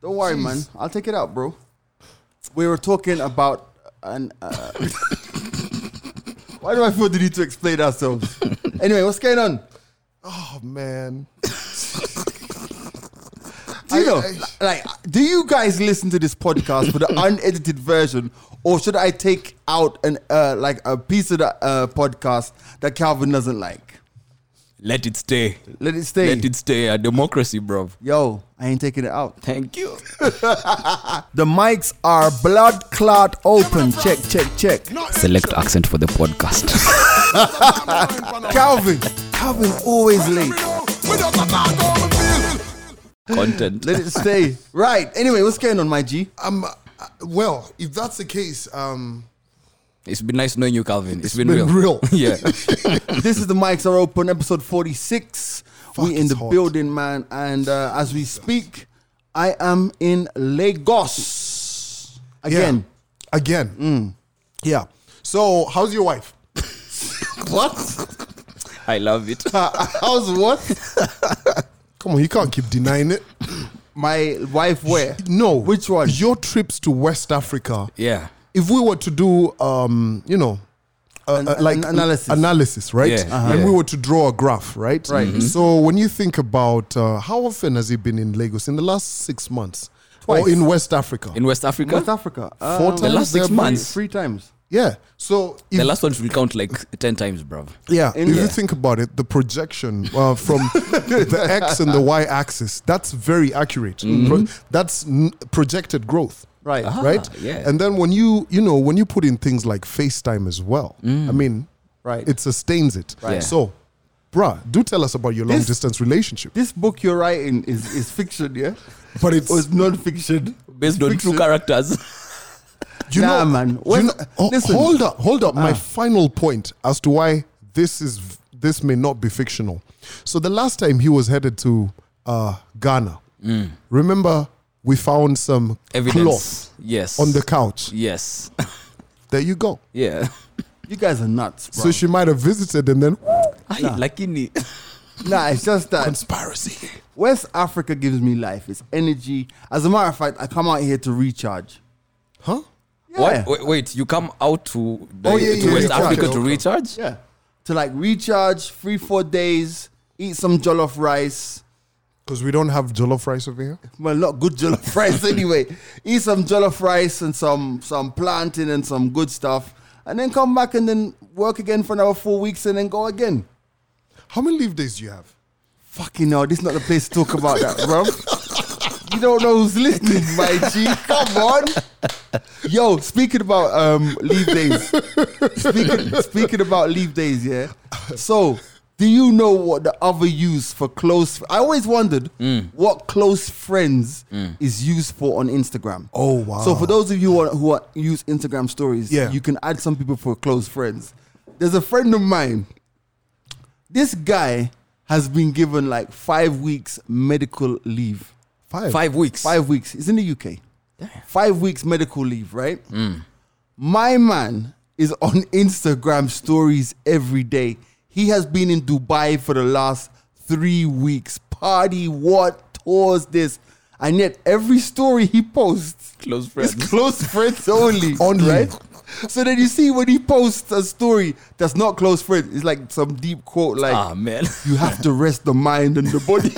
Don't worry, man. I'll take it out, bro. We were talking about an. Uh, why do I feel the need to explain ourselves? anyway, what's going on, Oh man. Tino? I- like, do you guys listen to this podcast for the unedited version, or should I take out an uh, like a piece of the uh, podcast that Calvin doesn't like? Let it stay. Let it stay. Let it stay. A democracy, bro. Yo, I ain't taking it out. Thank you. The mics are blood clot open. Check, check, check. Select accent for the podcast. Calvin. Calvin always late. Content. Let it stay. Right. Anyway, what's going on, my G? Um uh, well, if that's the case, um It's been nice knowing you, Calvin. it's been, been real. real. yeah. this is the mics are open, episode 46. we in it's the hot. building, man. And uh, as we speak, I am in Lagos again. Mm. Yeah. Again. Yeah. So how's your wife? What? I love it. How's what? Come on, you can't keep denying it. My wife, where? No. Which one? Your trips to West Africa. Yeah. If we were to do um, you know, uh, An- uh, like an analysis. analysis, right? Yeah, Uh-huh. And yeah. we were to draw a graph, right? Mm-hmm. Right. Mhm. So when you think about uh, how often has he been in Lagos in the last six months, Twice. or in West Africa? In West Africa? West Africa. Uh, Four times the last six there, bro? months. Three times. Yeah. So if The last ones will count like 10 times, bro. Yeah, In- if Yeah. you think about it, the projection uh, from the x and the y axis, that's very accurate. Pro- that's n- projected growth. Right. Mm-hmm. Ah, right? yeah. And then when you, you know, when you put in things like FaceTime as well, I Mm. mean, Right. it sustains it. Right. Yeah. So, bruh, do tell us about your long This- distance relationship. This book you're writing is, is fiction, yeah? But it's- Or it's non fiction. Based on true characters. You Nah, know, man. you When- know- Ah. oh, listen. hold up, hold up. My final point as to why this is v- this may not be fictional. So the last time he was headed to uh, Ghana, Mm. remember we found some Evidence. cloth Yes. on the couch. Yes. There you go. yeah. You guys are nuts, bro. So she might have visited and then Ay, lakini. nah, it's just that. conspiracy. West Africa gives me life. It's energy. As a matter of fact, I come out here to recharge. Huh? Yeah. What? Wait, wait, you come out to, the, Oh, yeah, to yeah, West yeah, Africa okay, to okay. recharge? Yeah. To like recharge, three, four days, eat some jollof rice. Because we don't have jollof rice over here. Well, not good jollof rice anyway. Eat some jollof rice and some some planting and some good stuff. And then come back and then work again for another four weeks and then go again. How many leave days do you have? Fucking no, this is not the place to talk about that, bro. You don't know who's listening, my G. Come on. Yo, speaking about um, leave days. Speaking, speaking about leave days, yeah. So, do you know what the other use for close? I always wondered Mm. what close friends is used for on Instagram. Oh, wow. So for those of you who, are, who are, use Instagram stories, Yeah. you can add some people for close friends. There's a friend of mine this guy has been given like five weeks medical leave. Five. Five weeks. Five weeks. He's in the UK. Five weeks medical leave, right? My man is on Instagram stories every day. He has been in Dubai for the last three weeks. Party, what, tours, this. And yet every story he posts Close friends. is close friends only. Only. Right? So then you see when he posts a story that's not close friends, it's like some deep quote like Ah, man. you have to rest the mind and the body.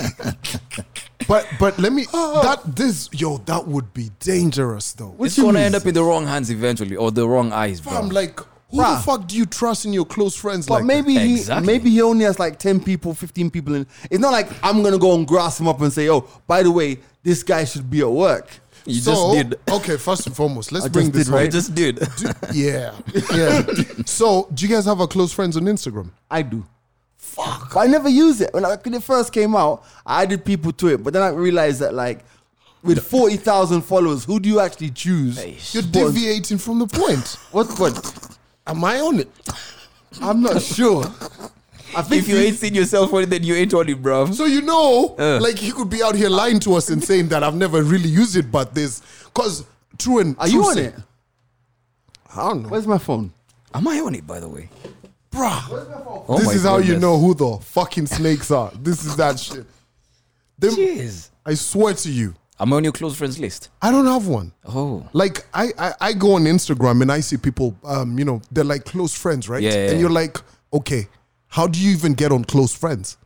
But but let me that this yo that would be dangerous though. It's going to end up in the wrong hands eventually or the wrong eyes, bro. Fam, like, who Bruh. the fuck do you trust in your close friends? But like maybe that. he, Exactly. maybe he only has like ten people, fifteen people. In it's not like I'm gonna go and grass him up and say, "Oh, by the way, this guy should be at work." you that? just So, did. Okay, first and foremost, let's I bring just this did, I right? right. just did. yeah, yeah. so, do you guys have our close friends on Instagram? I do. Fuck. But I never use it when, I, when it first came out. I added people to it, but then I realized that like with forty thousand followers, who do you actually choose? You're But- deviating from the point. What? What? Am I on it? I'm not sure. I think if you we- ain't seen yourself on it, then you ain't on it, bro. So you know, Uh. like you could be out here lying to us and saying that I've never really used it, but this because true and Are you true on say- it? I don't know, Where's my phone? Am I on it, by the way? bruh. Oh this my is how you goodness. know who the fucking snakes are. This is that shit. Them, Jeez. I swear to you. Am I on your close friends list? I don't have one. Oh. Like I, I, I go on Instagram and I see people, um, you know, they're like close friends, right? Yeah, yeah, and yeah. you're like, okay, how do you even get on close friends?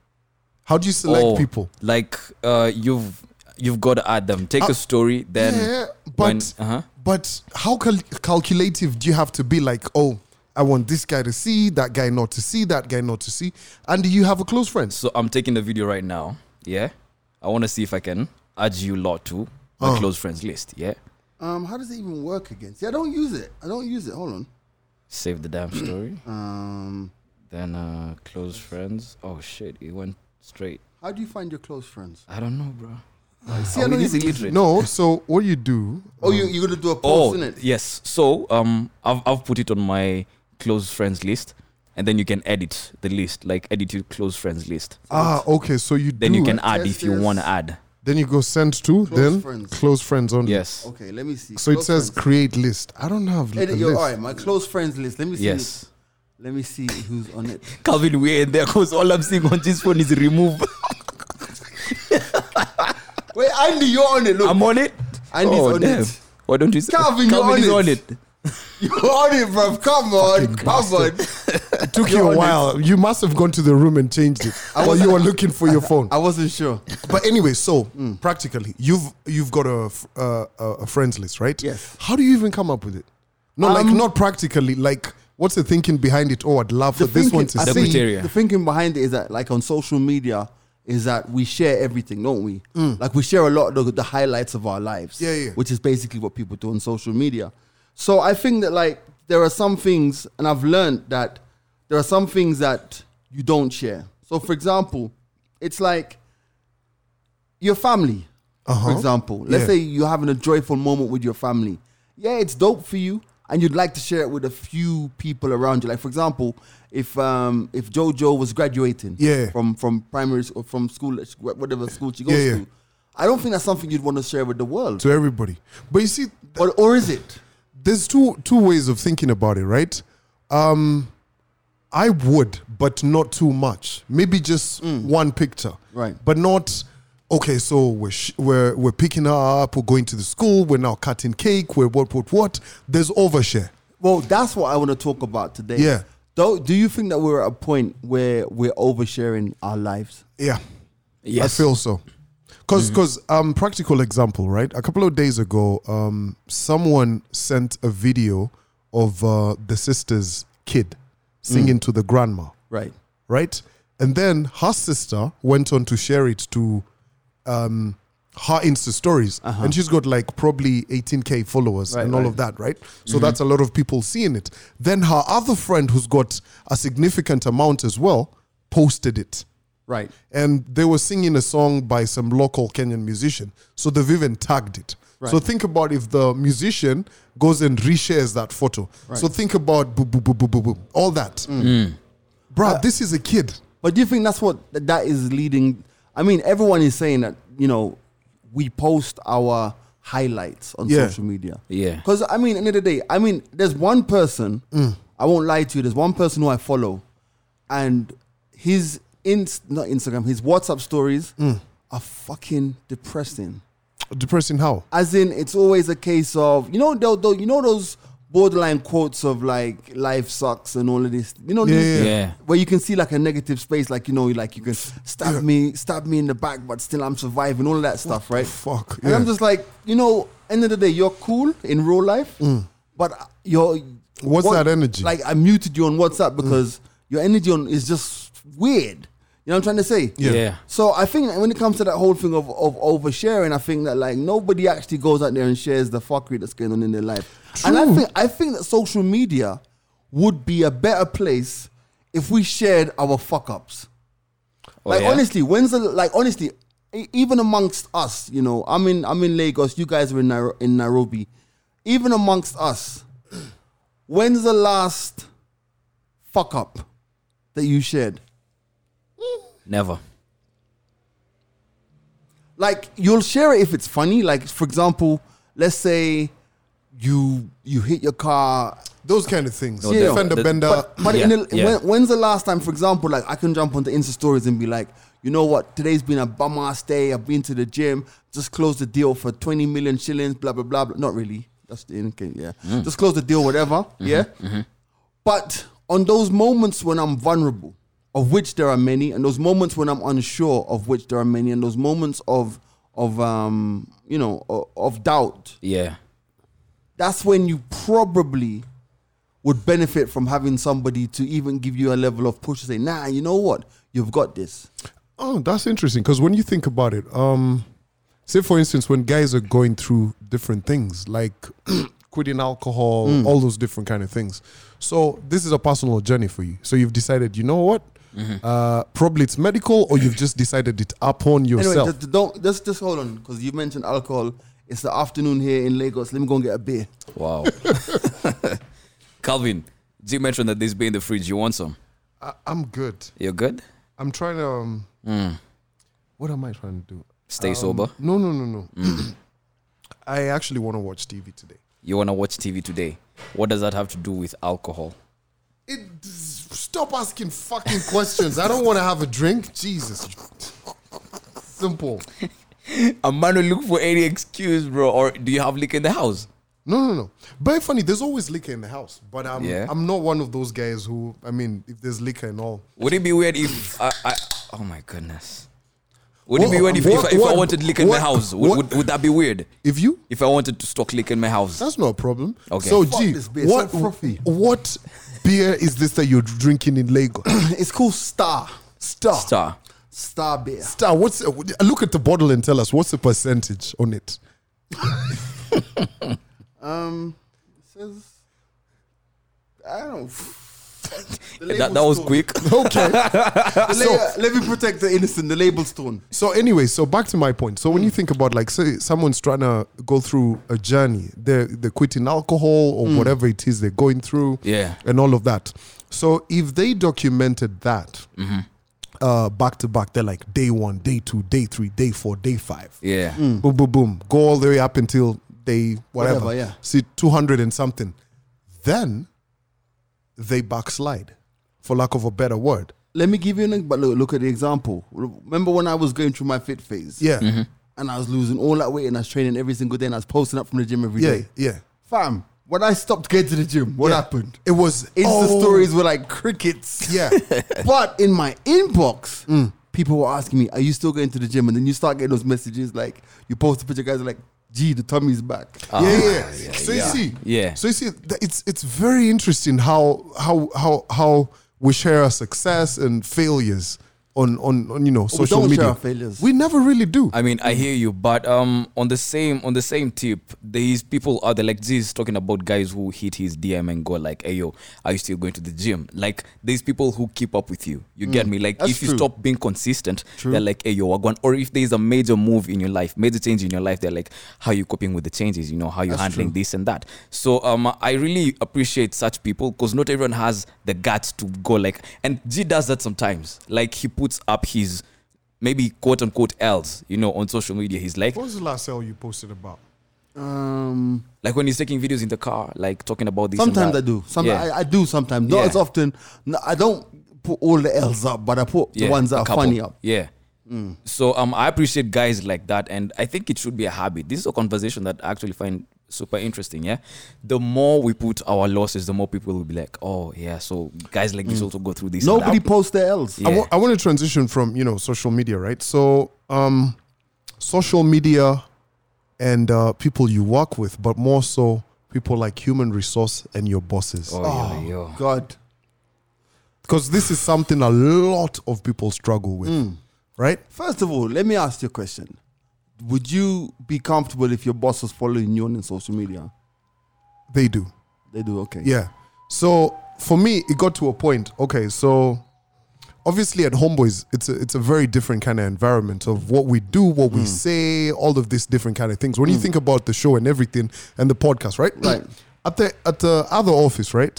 How do you select oh, people? Like uh, you've you've got to add them. Take a story, then Uh, Yeah, when- but uh-huh. but how cal- calculative do you have to be? Like, oh, I want this guy to see, that guy not to see, that guy not to see, and do you have a close friend? So I'm taking the video right now. Yeah. I want to see if I can add you lot to the Oh. close friends list. Yeah. Um, how does it even work again? See, I don't use it. I don't use it. Hold on. Save the damn story. Um, then uh close friends. Oh shit, it went straight. how do you find your close friends? I don't know, bro. See, Are I we don't this even illiterate? No, so what you do? um, Oh, you, you're gonna do a Oh, post, innit? yes. So um, I've I've put it on my close friends list, and then you can edit the list, like edit your close friends list. Ah, okay, so you Then do you it. can add if you Yes, yes. want to add. then you go send to Close then friends. close friends only. Yes. Okay, let me see. So it Close says friends. create list. I don't have a Edit your, list. all right, my close friends list. Let me see. Yes. Let me see who's on it. Calvin, we're in there because all I'm seeing on this phone is remove. Wait, Andy, you're on it. Look, I'm on it. Oh, Andy's on damn. it. Why don't you say Calvin, you're is on on it. it. you're on it, bruv. Come on, come on. It took you a while. You must have gone to the room and changed it. while you were looking for your phone. I Mm. wasn't sure. But anyway, so practically, you've you've got a f- uh, a a friends list, right? Yes. Um, How do you even come up with it? No, like not practically. Like, what's the thinking behind it? Oh, I'd love for this one to I see. think criteria. The thinking behind it is that, like on social media, is that we share everything, don't we? Like we share a lot of the, the highlights of our lives. Mm. Yeah, yeah. Which is basically what people do on social media. So I think that like there are some things, and I've learned that there are some things that you don't share. So for example, it's like your family, for example. Let's Uh-huh. Yeah. say you're having a joyful moment with your family. Yeah, it's dope for you, and you'd like to share it with a few people around you. Like for example, if um if JoJo was graduating, Yeah. from from primary s- or from school, that she- wh- whatever school she goes Yeah, yeah. to, I don't think that's something you'd want to share with the world, to everybody. But you see, or or is it? there's two two ways of thinking about it, right? Um, I would, but not too much. Maybe just one picture, Right. But not okay. So we're sh- we're we're picking her up. We're going to the school. We're now cutting cake. We're what what what. There's overshare. Well, that's what I want to talk about today. Yeah. Do, do you think that we're at a point where we're oversharing our lives? Yeah, Yes. I feel so. Because um, practical example, right? A couple of days ago, um, someone sent a video of uh, the sister's kid singing to the grandma. Right. right? And then her sister went on to share it to um, her Insta stories, and she's got like probably 18k followers and all of that, Uh-huh. right? Mm-hmm. So that's a lot of people seeing it. Then her other friend, who's got a significant amount as well, posted it. Right. And they were singing a song by some local Kenyan musician. So they've even tagged it. So think about if the musician goes and reshares that photo. So think about boo, boo, boo, boo, boo, boo, all that. Bruh, this is a kid. But do you think that's what th- that is leading? I mean, everyone is saying that you know we post our highlights on Yeah. social media. Yeah. Because I mean, end of the day, I mean, there's one person. I won't lie to you. There's one person who I follow, and his inst not Instagram, his WhatsApp stories are fucking depressing. Depressing how? As in, it's always a case of you know, they'll, they'll- you know those borderline quotes of like life sucks and all of this. You know, Yeah, these- yeah, Yeah. where you can see like a negative space, like you know, like you can stab me, stab me in the back, but still I'm surviving, all of that stuff, right? Fuck. And I'm just like, you know, end of the day, you're cool in real life, but you're Mm. What's that energy? Mm. Like I muted you on WhatsApp because your energy on is just weird. You know what I'm trying to say? Yeah. yeah. So I think that when it comes to that whole thing of, of oversharing, I think that like nobody actually goes out there and shares the fuckery that's going on in their life. And I True. think I think that social media would be a better place if we shared our fuck ups. Oh, like yeah? honestly, when's the like honestly, e- even amongst us, you know, I'm in I'm in Lagos, you guys are in Nairo- in Nairobi. Even amongst us, when's the last fuck up that you shared? Never. like you'll share it if it's funny. Like for example, let's say you you hit your car. Those kind of things. Yeah. Defender the- bender. But, but in Yeah, the, yeah. When, when's the last time, for example, like I can jump onto Insta stories and be like, you know what, today's been a bum ass day. I've been to the gym. just close the deal for 20 million shillings, blah, blah, blah. blah. Not really. That's the end game, yeah. Mm. Just close the deal, whatever, Mm-hmm, yeah. But on those moments when I'm vulnerable, of which there are many, and those moments when I'm unsure, of which there are many, and those moments of, of um, you know, o- of doubt, Yeah. that's when you probably would benefit from having somebody to even give you a level of push to say, nah, you know what? You've got this. Oh, that's interesting. Because when you think about it, um, say for instance, when guys are going through different things like quitting alcohol, all those different kind of things. So this is a personal journey for you. So you've decided, you know what? Uh, probably it's medical, or you've just decided it upon yourself. Anyway, just, don't, just, just hold on, because you mentioned alcohol. It's the afternoon here in Lagos. Let me go and get a beer. Wow. Calvin, you mentioned that this beer in the fridge. You want some? I, I'm good. You're good? I'm trying to. Um, What am I trying to do? Um, Stay sober. No, no, no, no. I actually want to watch TV today. You want to watch TV today. What does that have to do with alcohol? It, stop asking fucking questions. I don't want to have a drink. Jesus. Simple. I'm gonna look for any excuse, bro. Or do you have liquor in the house? No, no, no. But funny, there's always liquor in the house. But I'm, Yeah. I'm not one of those guys who, I mean, if there's liquor and all. Would it be weird if I? I oh my goodness. Would it be What- weird if, if, I- if what- I wanted liquor in my what- house? Would, what- would, would that be weird? If you, If I wanted to stock liquor in my house? that's not a problem. Okay. So, Fuck G, this beer, what, so frothy. what beer is this that you're drinking in Lagos? It's called Star. Star. Star. Star beer. Star, what's uh, look at the bottle and tell us what's the percentage on it? Um, it says, I don't The That, that label's was torn. quick. Okay. Uh, The la- let me protect the innocent. The label's torn. So anyway, so back to my point. So when you think about like say someone's trying to go through a journey, they're they're quitting alcohol or whatever it is they're going through, Yeah. and all of that. So if they documented that uh, back to back, they're like day one, day two, day three, day four, day five, Yeah. boom, boom, boom, go all the way up until day whatever, Whatever, yeah. see two hundred and something, then they backslide, for lack of a better word. Let me give you an but look, look at the example. Remember when I was going through my fit phase? Yeah, and I was losing all that weight and I was training every single day and I was posting up from the gym every day. yeah, yeah. Fam, when I stopped going to the gym, what Yeah. happened? It was Insta oh, stories were like crickets. Yeah. Mm. but in my inbox, people were asking me, Are you still going to the gym? And then you start getting those messages like, You post a picture, guys are like, Gee, the tummy's back. Ah. yeah, yeah. So you yeah. see, Yeah. So you see, th- it's it's very interesting how how how how we share our success and failures on on, on you know social don't share media. our failures. We never really do. I mean, I hear you, but um, on the same on the same tip, these people are the like Z's talking about guys who hit his DM and go like, "Hey yo, are you still going to the gym?" Like these people who keep up with you, you get me? Like Mm. that's if you true. stop being consistent, they're like, "Hey yo, we're going." Or if there is a major move in your life, major change in your life, they're like, "How you coping with the changes? You know, how you handling this and that?" So um, I really appreciate such people because not everyone has the guts to go like, and G does that sometimes. Like he puts up his maybe quote unquote else, you know, on social media. He's like, what was the last sale you posted about? Um, like when he's taking videos in the car, like talking about this. and sometimes that. I do. Sometimes Yeah. I, I do sometimes. Not Yeah. as often. No, I don't put all the L's up, but I put Yeah, the ones a that are couple. funny up. Mm. Yeah. So um, I appreciate guys like that, and I think it should be a habit. This is a conversation that I actually find super interesting. Yeah, the more we put our losses, the more people will be like, "Oh yeah." So guys like this also go through this. and that. Mm. Nobody posts their L's. Yeah. I, wa- I want to transition from you know social media, right? So, um, social media and uh, people you work with, but more so people like human resource and your bosses. Ah. Oh, yo, yo. God. because this is something a lot of people struggle with, right? First of all, let me ask you a question. Would you be comfortable if your boss was following you on social media? They do, They do, okay. yeah. So for me, it got to a point. Okay, so obviously at Homeboys, it's a, it's a very different kind of environment of what we do, what Hmm. we say, all of these different kind of things. When you think about the show and everything and the podcast, right? Right. at the at the other office, right?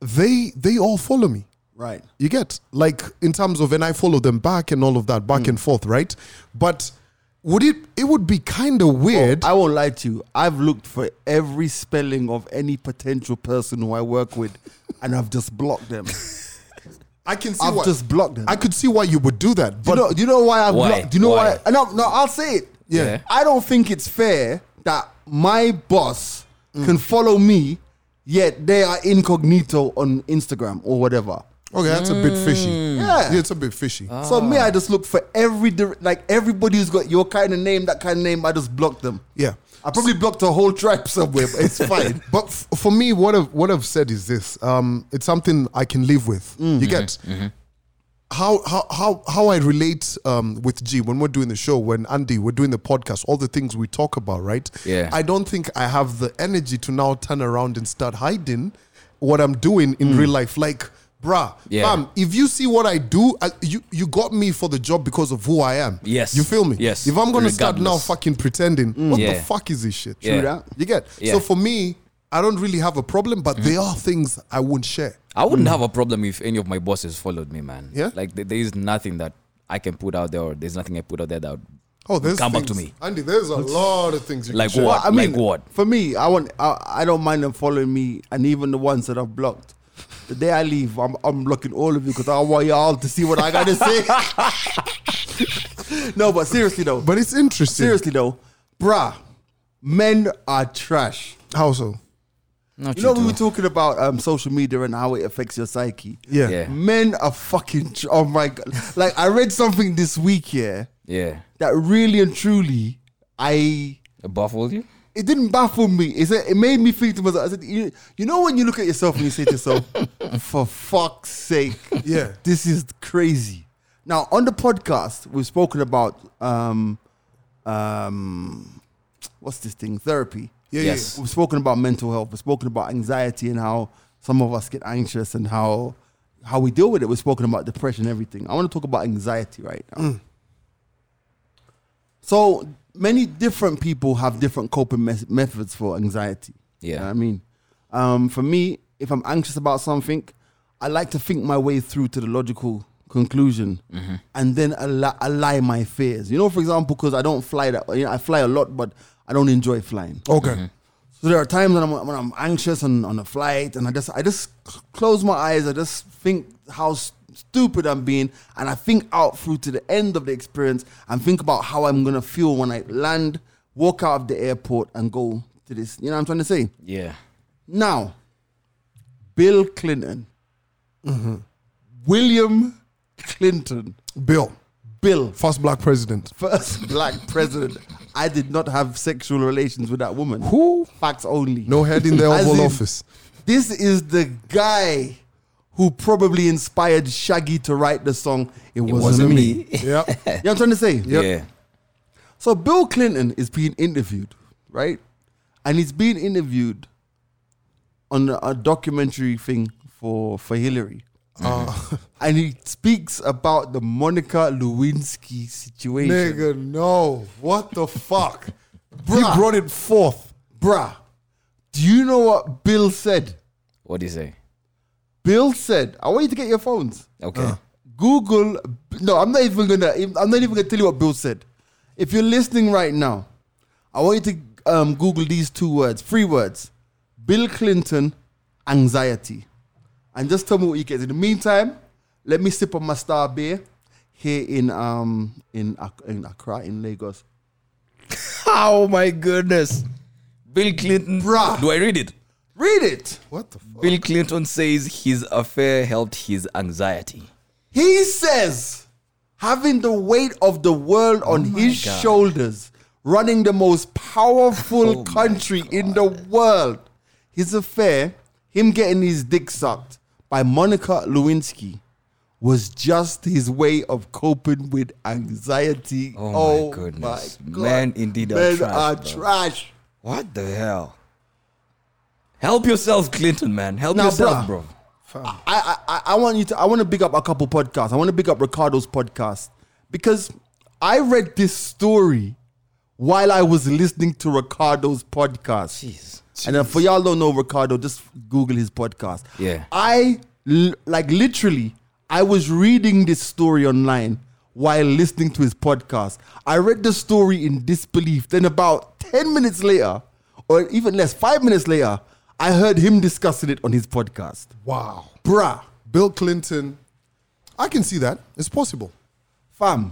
Um, they they all follow me. Right. You get like in terms of, and I follow them back and all of that, Hmm. back and forth, right? But would it? It would be kind of weird. Oh, I won't lie to you. I've looked for every spelling of any potential person who I work with and I've just blocked them. I can see I've why. just blocked them. I could see why you would do that, Do but you know, do you know why I've Why? blocked? Do you know Why? why? No, no, I'll say it. Yeah. Yeah. I don't think it's fair that my boss can follow me, yet they are incognito on Instagram or whatever. okay, that's a bit fishy. Yeah. it's a bit fishy. So Ah. me, I just look for every dir- like everybody who's got your kind of name, that kind of name. I just block them. Yeah. I probably blocked a whole tribe somewhere, but it's fine. But f- for me, what I've, what I've said is this: um, it's something I can live with. Mm-hmm. You get how how how how I relate um, with G when we're doing the show, when Andy we're doing the podcast, all the things we talk about, right? Yeah. I don't think I have the energy to now turn around and start hiding what I'm doing in real life, like. Bruh, Mm. Yeah. fam, if you see what I do, I, you you got me for the job because of who I am. Yes. You feel me? Yes. If I'm gonna start now Regardless. fucking pretending, what the Yeah. fuck is this shit? True Yeah. that. You get Yeah. so for me, I don't really have a problem, but there are things I won't share. I wouldn't Mm. have a problem if any of my bosses followed me, man. Yeah? Like th- there is nothing that I can put out there, or there's nothing I put out there that would Oh, there's come back to things- me. Andy. There's a lot of things you Like can share. what? I mean, Like what? For me, I want. I, I don't mind them following me, and even the ones that I've blocked. The day I leave, I'm, I'm blocking all of you because I want y'all to see what I gotta say. no, but seriously though, But it's interesting. seriously though, bruh, men are trash. How so? Not You know we do. were talking about um, social media and how it affects your psyche. Yeah. Yeah. men are fucking. Tr- oh my god! Like I read something this week here Yeah. that really and truly, I It baffled you? it didn't baffle me. It, said, it made me think to myself. I said, you, you know when you look at yourself and you say to yourself, for fuck's sake, Yeah. this is crazy. Now on the podcast, we've spoken about um, um, what's this thing? Therapy. Yeah, Yes. We've spoken about mental health. We've spoken about anxiety and how some of us get anxious and how how we deal with it. We've spoken about depression and everything. I want to talk about anxiety right now. Mm. So many different people have different coping mes- methods for anxiety. You Yeah. know what I mean, um, for me, if I'm anxious about something, I like to think my way through to the logical conclusion and then alli- ally my fears. You know, for example, because I don't fly that, you know, I fly a lot, but I don't enjoy flying. yeah. Okay. Mm-hmm. So there are times when I'm, when I'm anxious on, on a flight and I just I just c- close my eyes. I just think how s- stupid I'm being, and I think out through to the end of the experience and think about how I'm gonna feel when I land, walk out of the airport, and go to this. You know what I'm trying to say? Yeah. Now, Bill Clinton, William Clinton, Bill, Bill, first black president. first black president. I did not have sexual relations with that woman. Who? Facts only. No head in the As Oval in- Office. This is the guy who probably inspired Shaggy to write the song It, wasn't, wasn't Me. me. you Yeah. know what I'm trying to say? Yeah. So Bill Clinton is being interviewed, right? And he's being interviewed on a, a documentary thing for, for Hillary. Uh, And he speaks about the Monica Lewinsky situation. nigga, no. What the fuck? Bruh. He brought it forth. Bruh, do you know what Bill said? What do you say? Bill said, I want you to get your phones. Okay. Google. No, I'm not even gonna. I'm not even gonna tell you what Bill said. If you're listening right now, I want you to um, Google these two words, three words: Bill Clinton, anxiety, and just tell me what you get. In the meantime, let me sip on my star beer here in um in Ac- in Accra in Lagos. Oh my goodness. Bill Clinton. Bruh. Do I read it? Read it. What the fuck? Bill Clinton says his affair helped his anxiety. He says having the weight of the world on his Oh God. shoulders, running the most powerful Oh my country in the world. His affair, him getting his dick sucked by Monica Lewinsky, was just his way of coping with anxiety. Oh my goodness. God. Men indeed are Men trash, are bro. trash. What the hell? Help yourself, Clinton, man. Help Now, yourself, bruh. bro. I, I, I- I want you to I want to big up a couple podcasts. I want to big up Ricardo's podcast because I read this story while I was listening to Ricardo's podcast. Jeez. And then for y'all don't know Ricardo, just Google his podcast. Yeah. I l- like literally I was reading this story online while listening to his podcast. I read the story in disbelief. Then about 10 minutes later, or even less, five minutes later, I heard him discussing it on his podcast. Wow. Bruh. Bill Clinton I can see that. It's possible. Fam,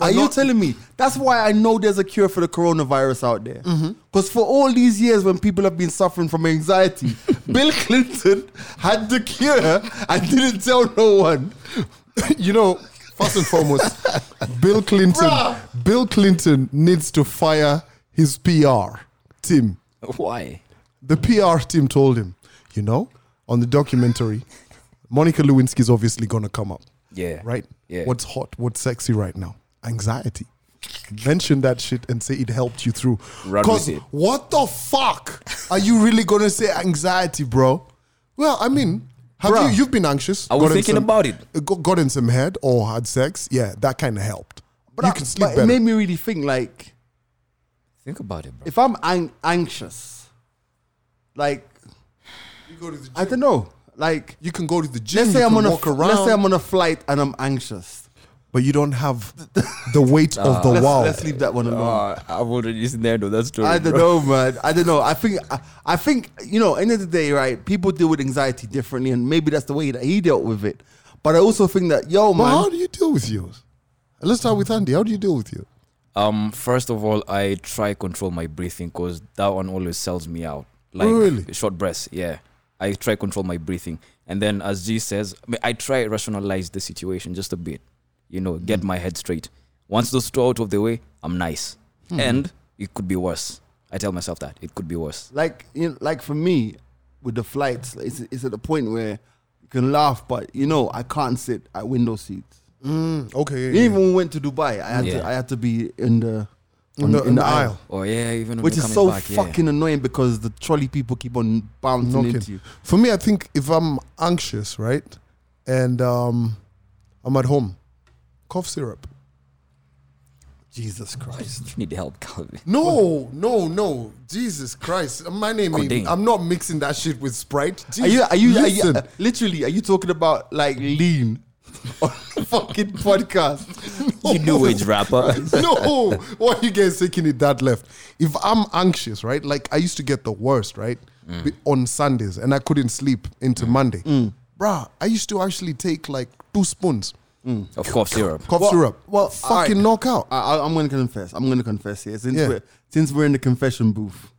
are you not- telling me? That's why I know there's a cure for the coronavirus out there. Because Mm-hmm. for all these years, when people have been suffering from anxiety, Bill Clinton had the cure and didn't tell no one. you know, first and foremost, Bill Clinton. Bruh. Bill Clinton needs to fire his PR team. Why? The PR team told him, you know, on the documentary, Monica Lewinsky's obviously gonna come up. Yeah. Right? Yeah. What's hot, what's sexy right now? Anxiety. Mention that shit and say it helped you through. Run with Because it. what the fuck are you really gonna say anxiety, bro? Well, I mean, have Bruh. you you've been anxious? I was gotten thinking some- about it. uh, got, gotten some head or had sex, yeah, that kind of helped. But you I- can sleep but better. it made me really think like, Think about it, bro. if I'm ang- anxious, like, I don't know. Like, you can go to the gym. let's say, you I'm can on a, walk f- around, let's say I'm on a flight and I'm anxious. but you don't have the weight of the Let's, wow. let's leave that one alone. Uh, I've already listened there though. That's true. I don't know, man. I don't know. I think I, I think you know. End of the day, right? People deal with anxiety differently, and maybe that's the way that he dealt with it. But I also think that, yo, But how man, do you deal with yours? Let's start with Andy. How do you deal with yours? Um, first of all, I try control my breathing because that one always sells me out. Like Really? short breaths. Yeah, I try control my breathing, and then as G says, I, mean, I try rationalize the situation just a bit. You know, get my head straight. Once those two are out of the way, I'm nice, and it could be worse. I tell myself that it could be worse. like, you know, like for me, with the flights, it's, it's at the point where you can laugh, but you know, I can't sit at window seats. Mm, Okay. Even when we went to Dubai, I had to, Yeah. I had to be in the In the- in the aisle. Or Oh, yeah, even when which you're is so coming back, yeah. fucking annoying because the trolley people keep on bouncing Knocking. into you. For me, I think if I'm anxious, right, and um, I'm at home, cough syrup. Jesus Christ! You need help, Calvin. No, no, no. Jesus Christ. My name Codeine. ain't, I'm not mixing that shit with Sprite. Are you? Are you? Are you uh, Listen. literally? Are you talking about like lean? on the fucking podcast. You new age rapper. no, why you guys taking it that left? If I'm anxious, right? Like I used to get the worst, right? Mm. Be- On Sundays, and I couldn't sleep into Monday. Bruh, I used to actually take like two spoons of course, syrup. cough Well- syrup. well, fucking alright. knockout. I, I- I'm going to confess. I'm going to confess here since Yeah. we're since we're in the confession booth.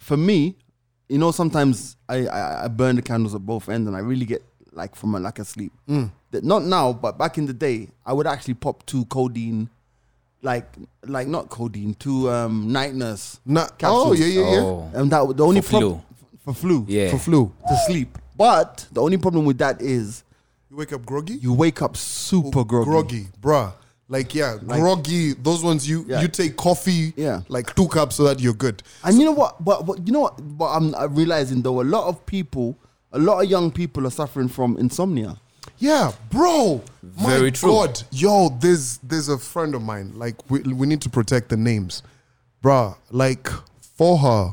For me, you know, sometimes I, I I burn the candles at both ends, and I really get like from a lack of sleep. That not now, but back in the day, I would actually pop two codeine, like like not codeine, two um, night nurse, Na- oh capsules. yeah, yeah, yeah. Oh. and that would- the only For prob- flu. for flu, Yeah. For flu, to sleep. But the only problem with that is you wake up groggy. you wake up super groggy. groggy, bruh. Like yeah, Like- groggy. Those ones you Yeah. you take coffee, Yeah. like two cups so that you're good. And you know what? But, but you know what? But I'm, I'm realizing though, a lot of people, a lot of young people are suffering from insomnia. Yeah, bro. My Very true. God, yo, there's there's a friend of mine. Like we we need to protect the names, bruh. Like for her,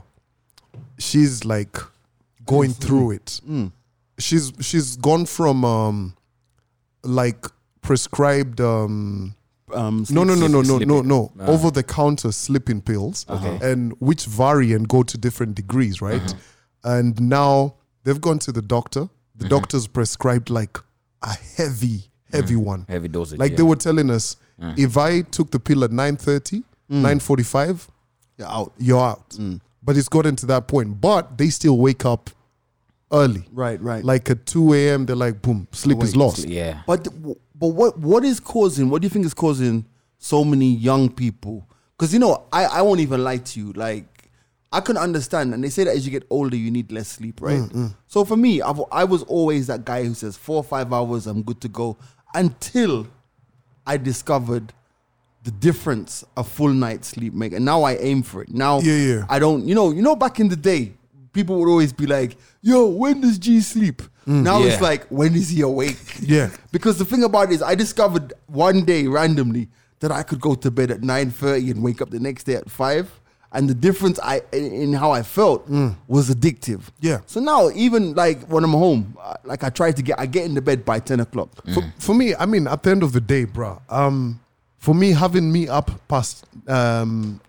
she's like going through Mm. it. She's she's gone from um like prescribed um Um, no no no no no sleep- no no sleeping. Ah. over the counter sleeping pills Uh-huh. and which vary and go to different degrees right Uh-huh. and now they've gone to the doctor the Mm-hmm. doctor's prescribed like a heavy heavy one Mm. Heavy dosage. like yeah. Mm. they were telling us if i took the pill at 9.30 9.45 You're out. you're out Mm. but it's gotten to that point but they still wake up early Right, right. like at 2 a.m they're like boom sleep is lost Yeah. But but what what is causing? What do you think is causing so many young people? Because you know, I I won't even lie to you. Like I can understand, and they say that as you get older, you need less sleep, right? Mm, So for me, I've, I was always that guy who says four or five hours, I'm good to go, until I discovered the difference a full night's sleep make, and now I aim for it. Now, Yeah, yeah. I don't, you know, you know, back in the day. People would always be like, "Yo, when does G sleep?" now it's Yeah. like, "When is he awake?" Mm. Yeah. Because the thing about it is, I discovered one day randomly that I could go to bed at nine thirty and wake up the next day at five, and the difference I in, in how I felt was addictive. Mm. Yeah. So now, even like when I'm home, uh, like I try to get, I get in the bed by ten o'clock. Mm. For, for me, I mean, at the end of the day, bruh, um, for me, having me up past um,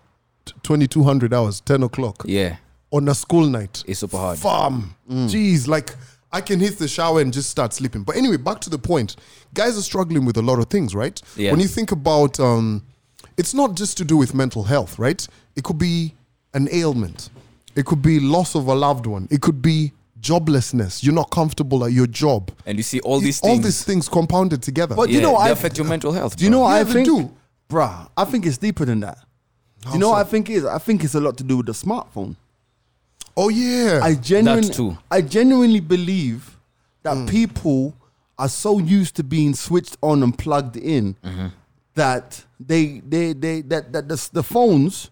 t- 2200 hours, 10 o'clock yeah. on a school night It's super hard. Mm. Farm. Jeez, like, I can hit the shower and just start sleeping. But anyway, back to the point. Guys are struggling with a lot of things, right? Yeah. When you think about um it's not just to do with mental health, right? It could be an ailment. It could be loss of a loved one. It could be joblessness. You're not comfortable at your job. And you see all these all things. these things compounded together. But yeah, you know, they I affect your mental health. Do you know bro. what I they think? do. Bruh, I think it's deeper than that. Do you know what I think it is? I think it's a lot to do with the smartphone. oh yeah. I genuinely, too. I genuinely believe that people are so used to being switched on and plugged in that they, they, they, that, that the, the phones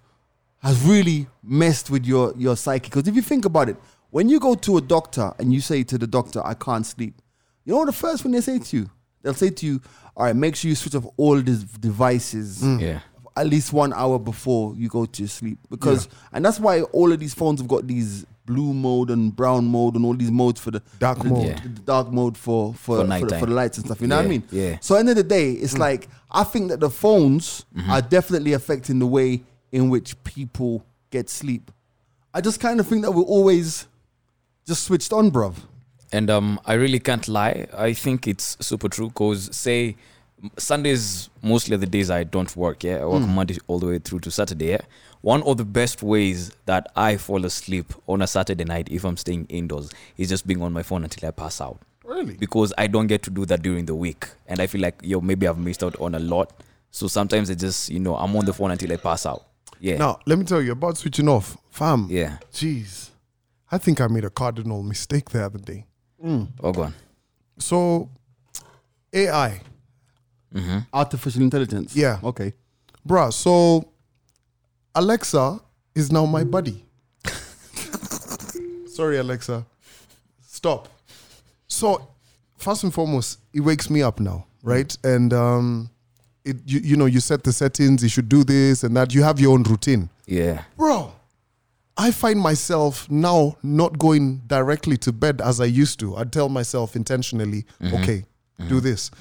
has really messed with your your psyche. Because if you think about it, when you go to a doctor and you say to the doctor, "I can't sleep," you know the first thing they say to you, they'll say to you, "All right, make sure you switch off all these devices." Yeah. at least one hour before you go to sleep because and that's why all of these phones have got these blue mode and brown mode and all these modes for the Dark the- mode. the- the dark mode for for, for, the, nighttime. for the lights and stuff you know what i Yeah, mean yeah. so end of the day it's Hmm. like i think that the phones Mm-hmm. are definitely affecting the way in which people get sleep i just kind of think that we're always just switched on bruv And um, I really can't lie. I think it's super true because, say, m- Sundays mostly are the days I don't work. Yeah, I work Hmm. Monday all the way through to Saturday. Yeah, one of the best ways that I fall asleep on a Saturday night if I'm staying indoors is just being on my phone until I pass out. Really? Because I don't get to do that during the week, and I feel like yo, maybe I've missed out on a lot. So sometimes I just, you know, I'm on the phone until I pass out. Yeah. now let me tell you about switching off, fam. Yeah. Jeez, I think I made a cardinal mistake the other day. Oh, go on. So, AI, Hmm. artificial intelligence Yeah. okay bruh. So, Alexa is now my buddy. Sorry, Alexa. Stop. So, first and foremost, it wakes me up now, right? And um, it you, you know you set the settings. You should do this and that. You have your own routine. Yeah. bro i find myself now not going directly to bed as i used to i tell myself intentionally Mm-hmm. okay do this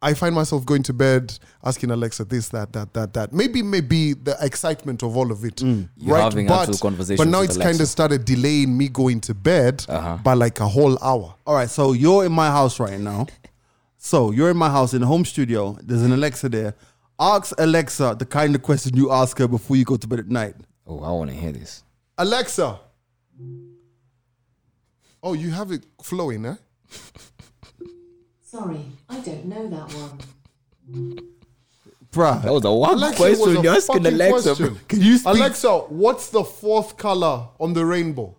i find myself going to bed asking alexa this that that that that maybe maybe the excitement of all of it Mm. You're having actual conversations but now with it's kind Alexa. Uh-huh. of started delaying me going to bed by like a whole hour All right, so you're in my house right now. So you're in my house in the home studio. There's an Alexa there. Ask Alexa the kind of question you ask her before you go to bed at night. Oh, I want to hear this. alexa oh you have it flowing eh Sorry, I don't know that one. That Bruh, was a one Alexa was question a you're asking fucking Alexa. question. bro. can you speak? Alexa, what's the fourth color on the rainbow?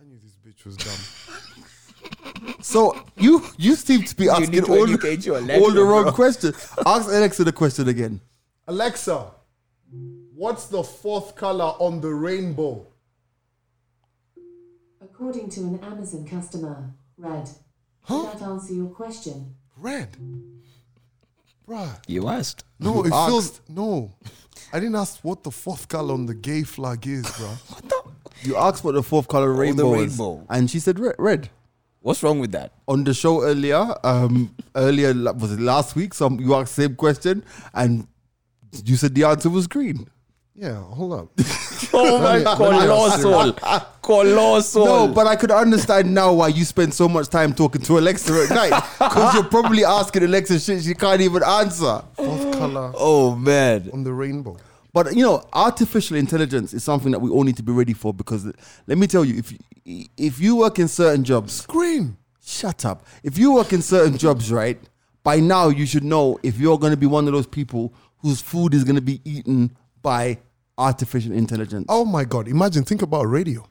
I knew this bitch was dumb. So you you seem to be asking need to all, educate your the, Alexa, all the wrong bro. questions. Ask Alexa the question again. Alexa, what's the fourth color on the rainbow? According to an Amazon customer, red. Did that answer your question? Red. Bruh. You asked. No, it asked. feels no. I didn't ask what the fourth color on the gay flag is, bruh. You asked what the fourth color rainbow, rainbow. is, and she said red. red. What's wrong with that? On the show earlier, um, earlier la- was it last week? Some you asked the same question, and you said the answer was green. yeah, hold up. Oh my colossal. colossal. No, but I could understand now why you spend so much time talking to Alexa at night because you're probably asking Alexa shit she can't even answer. Fourth color oh man, on the rainbow. But you know, artificial intelligence is something that we all need to be ready for because let me tell you, if you, if you work in certain jobs, Green. shut up. If you work in certain jobs, right? By now you should know if you're going to be one of those people whose food is going to be eaten by artificial intelligence. Oh my God! Imagine, think about radio.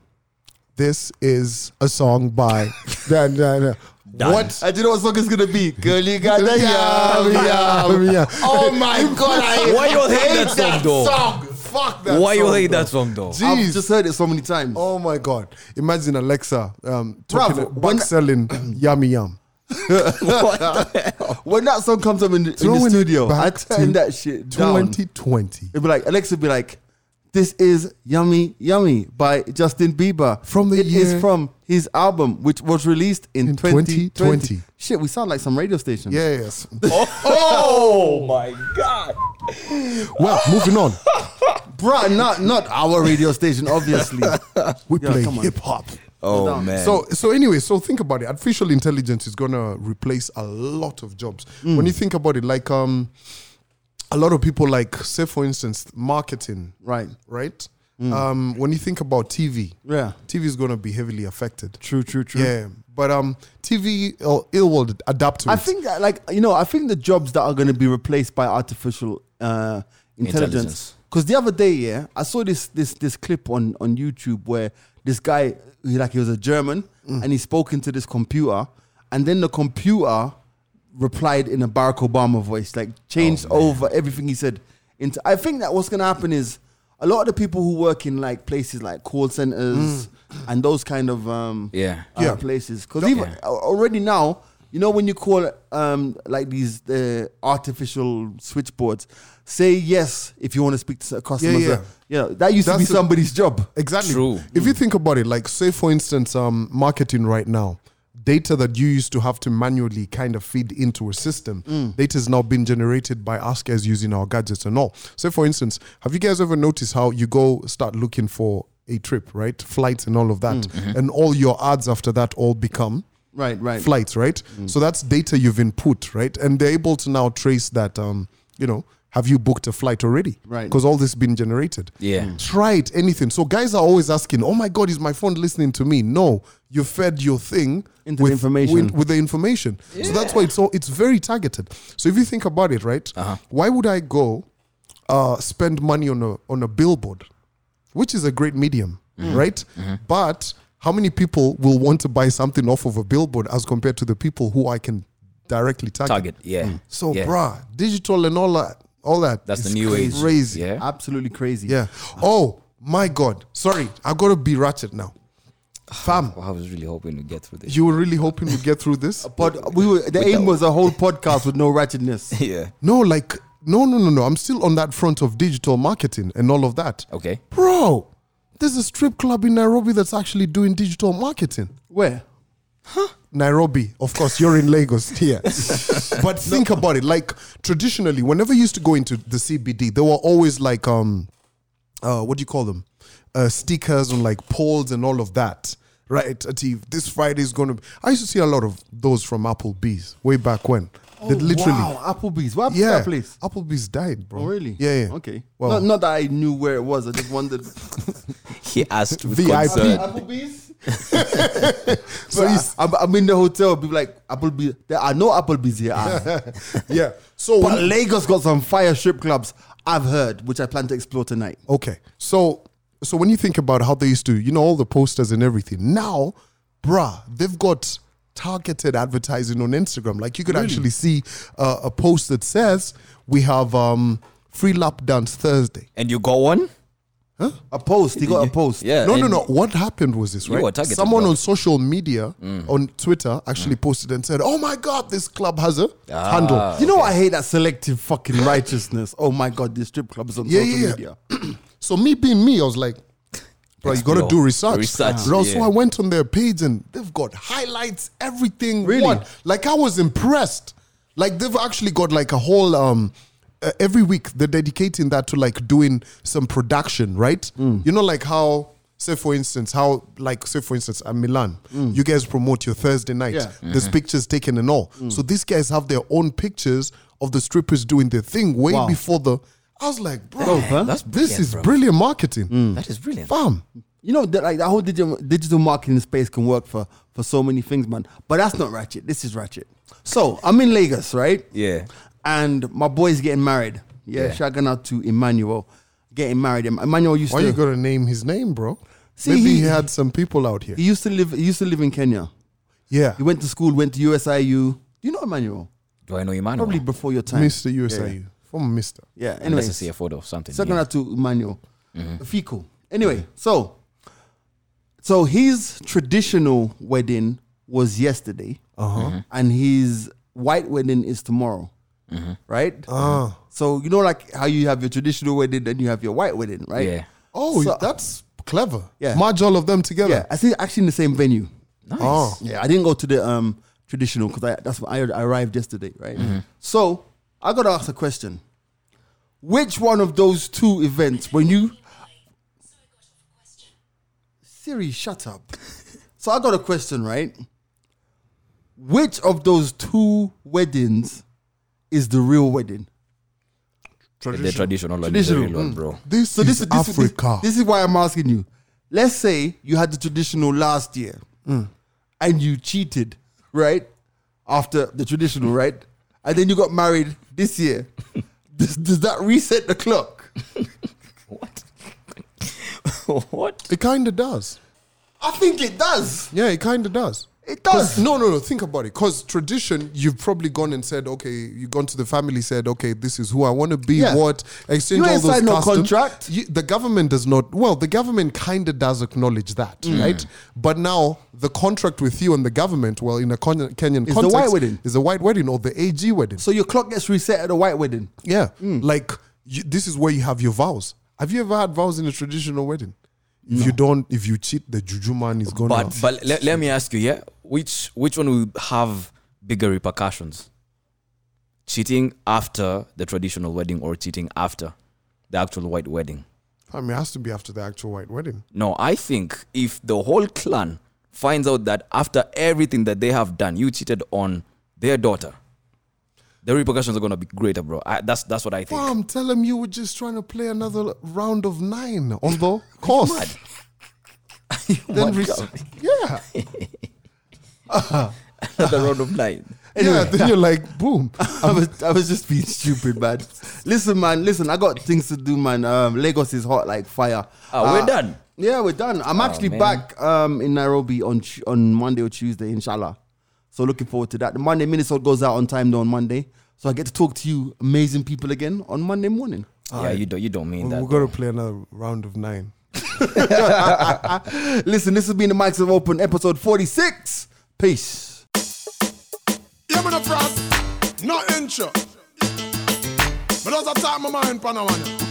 This is a song by. Da- da- da. What? And you know what song it's gonna be? Girl, you got the Yum, yum, yum, yum. yum. Oh my god, I Why you hate that song, though? song. Fuck that. why you song, hate bro. that song though? Jeez. I've just heard it so many times. Oh my God! Imagine Alexa um, talking Bravo, about when- selling yummy yum. When that song comes up in the, in Throwing the it studio, I back to turn that shit down. Twenty twenty It'd be like Alexa would be like, "This is Yummy Yummy" by Justin Bieber From the It is year- from his album, which was released in, In 2020. 2020. Shit, we sound like some radio station. Yes. oh my god. Well, moving on. Bruh, not not our radio station, obviously. We Yeah, play come on. hip hop. Oh man. So so anyway, so think about it. Artificial intelligence is gonna replace a lot of jobs. Mm. When you think about it, like um, a lot of people like say for instance marketing, Right. right? Mm. Um, when you think about TV, Yeah. TV is gonna be heavily affected. True, true, true. Yeah, but um, TV uh, it will adapt to I it. think that, like you know, I think the jobs that are going to be replaced by artificial uh, intelligence. Intelligence. Because the other day, yeah, I saw this this this clip on on YouTube where this guy, he, like he was a German, and he spoke into this computer, and then the computer replied in a Barack Obama voice, like changed over everything he said. Into I think that what's going to happen is a lot of the people who work in like places like call centers and those kind of um, Yeah. uh, Yeah. places because even Yeah. al- already now you know when you call um like these uh, artificial switchboards say yes if you want to speak to a customer yeah. So, yeah that used to That's be a- somebody's job Exactly. True. If you think about it, like say for instance, um, marketing right now, data that you used to have to manually kind of feed into a system, data is now being generated by us guys using our gadgets and all. So for instance, have you guys ever noticed how you go start looking for a trip, right? Flights and all of that, and all your ads after that all become right right Mm. flights, right? So that's data you've input, right? And they're able to now trace that, um, you know, have you booked a flight already? Right. Because all this been generated. Yeah. Mm. Try it, anything. So guys are always asking, oh my God, is my phone listening to me? No, you fed your thing Into the information. With, with the information. So that's why it's all, it's very targeted. So if you think about it, right? Uh-huh. Why would I go uh, spend money on a, on a billboard, which is a great medium, Mm-hmm. right? But how many people will want to buy something off of a billboard as compared to the people who I can directly target? Target. Yeah. So, yeah. bruh, digital and all that, all that. That's the is new age. Crazy. Yeah. absolutely crazy Yeah. Oh my God. Sorry, I gotta be ratchet now. Fam, Well, I was really hoping to get through this. you were really hoping we get through this? Uh, but we were the aim was a whole podcast with no ratchetness yeah. No, like, no, no, no, no. I'm still on that front of digital marketing and all of that. Okay. Bro, there's a strip club in Nairobi that's actually doing digital marketing. where Nairobi, of course, you're in Lagos here. but think about it. Like traditionally, whenever you used to go into the CBD, there were always like, um, uh, what do you call them? Uh, stickers on like poles and all of that. Right, Atif, this Friday is going to. I used to see a lot of those from Applebee's way back when. Oh, they literally, wow, Applebee's what happened to yeah, that place Applebee's died, bro. oh really Yeah, yeah. okay Well, not, not that I knew where it was I just wondered He asked with VIP. concern. Applebee's. so I'm, I'm in the hotel. People like Applebee's. There are no Applebee's here. ah. yeah. So but when- Lagos got some fire strip clubs. I've heard, which I plan to explore tonight. Okay. So so when you think about how they used to, you know, all the posters and everything, now, bruh, they've got targeted advertising on Instagram. Like you could actually see uh, a post that says we have um, free lap dance Thursday. And you got one? A post. He got a post. Yeah. No, no, Uh, and- no. What happened was this, You right? were targeted, Someone bro. Mm. on social media, on Twitter, actually posted and said, "Oh my God, this club has a Ah. handle." You know, I hate that selective fucking righteousness. Oh my god, these strip clubs on Yeah, social yeah, yeah. media. So me being me, I was like, bro, you gotta Explore. do research. Research, Bro, so yeah. I went on their page and they've got highlights, everything. Really? One. Like I was impressed. Like they've actually got like a whole um uh, every week they're dedicating that to like doing some production, right? You know, like how say for instance, how like say for instance at Milan, you guys promote your Thursday night. Yeah. There's pictures taken and all. So these guys have their own pictures of the strippers doing their thing way Wow. before the I was like, bro, Oh, huh? Hmm. That's this brilliant, is bro. brilliant marketing. That is brilliant. Fam. You know that like that whole digital digital marketing space can work for for so many things, man. But that's not ratchet. This is ratchet. So I'm in Lagos, right? Yeah. and my boy's getting married. Yeah, Yeah. shouting out to Emmanuel, getting married. Em- Emmanuel used Why to you gotta name his name, bro? See, Maybe he- he, had some people out here. he used to live he used to live in Kenya. yeah. He went to school, went to USIU. Do you know Emmanuel? Do I know Emmanuel? Probably before your time, Mr. USIU. Former Mr. Yeah. Anyway, Unless I see a photo of something. second yeah. Mm-hmm. out to Emmanuel, Fico. Anyway, so so his traditional wedding was yesterday, Uh-huh. Mm-hmm. and his white wedding is tomorrow, Mm-hmm. right? Ah. So you know, like how you have your traditional wedding, then you have your white wedding, right? Yeah. Oh, So- that's clever. Yeah. Merge all of them Yeah, together. I see. Actually, in the same venue. Nice. Oh. Yeah, I didn't go to the um traditional because I that's what I, I arrived yesterday, right? So I got to ask a question: Which one of those two events, when you. Siri, shut up. So I got a question, right? Which of those two weddings is the real wedding? The traditional one, Traditional, the real one, mm. bro. This So this is this, is- Africa. This, this is why I'm asking you. Let's say you had the traditional last year, and you cheated, right? After the traditional, right? And then you got married this year. does, does that reset the clock? what? it kind of does. I think it does. Yeah, it kind of does. It 'Cause- does. No, no, no. Think about it. Because tradition, you've probably gone and said, okay, you've gone to the family, said, okay, this is who I want to be, Yeah. what, exchange You all ain't those signed no customs. contract. You- the government does not, well, the government kind of does acknowledge that, Mm. right? But now the contract with you and the government, well, in a Ken- Kenyan Is the context, white wedding. is a white wedding or the AG wedding. So your clock gets reset at the white wedding. Yeah. Like you, this is where you have your vows. Have you ever had vows in a traditional wedding? If you don't, if you cheat, the juju man is gonna. But but le- let me ask you, yeah, which which one will have bigger repercussions? Cheating after the traditional wedding or cheating after the actual white wedding? I mean, it has to be after the actual white wedding. No, I think if the whole clan finds out that after everything that they have done, you cheated on their daughter, the repercussions are gonna be greater, bro. I, that's that's what I think. Fam, tell him you were just trying to play another round of nine on the course. Oh then re- yeah, the round of nine. yeah. Then you're like, boom. I was I was just being stupid, man. Listen, man. Listen, I got things to do, man. Um, Lagos is hot like fire. Uh, Ah, we're done? Oh, Yeah, we're done. I'm actually man. back um, in Nairobi on Tu- on Monday or Tuesday, inshallah. So looking forward to that. The Monday Minnesota goes out on time though on Monday, so I get to talk to you amazing people again on Monday morning. yeah, you don't you don't mean that. We're gonna play another round of nine. Listen, this has been the Mics of Open episode 46. Peace. Hear me the frost, no inch. But those are time my mind, Panamania.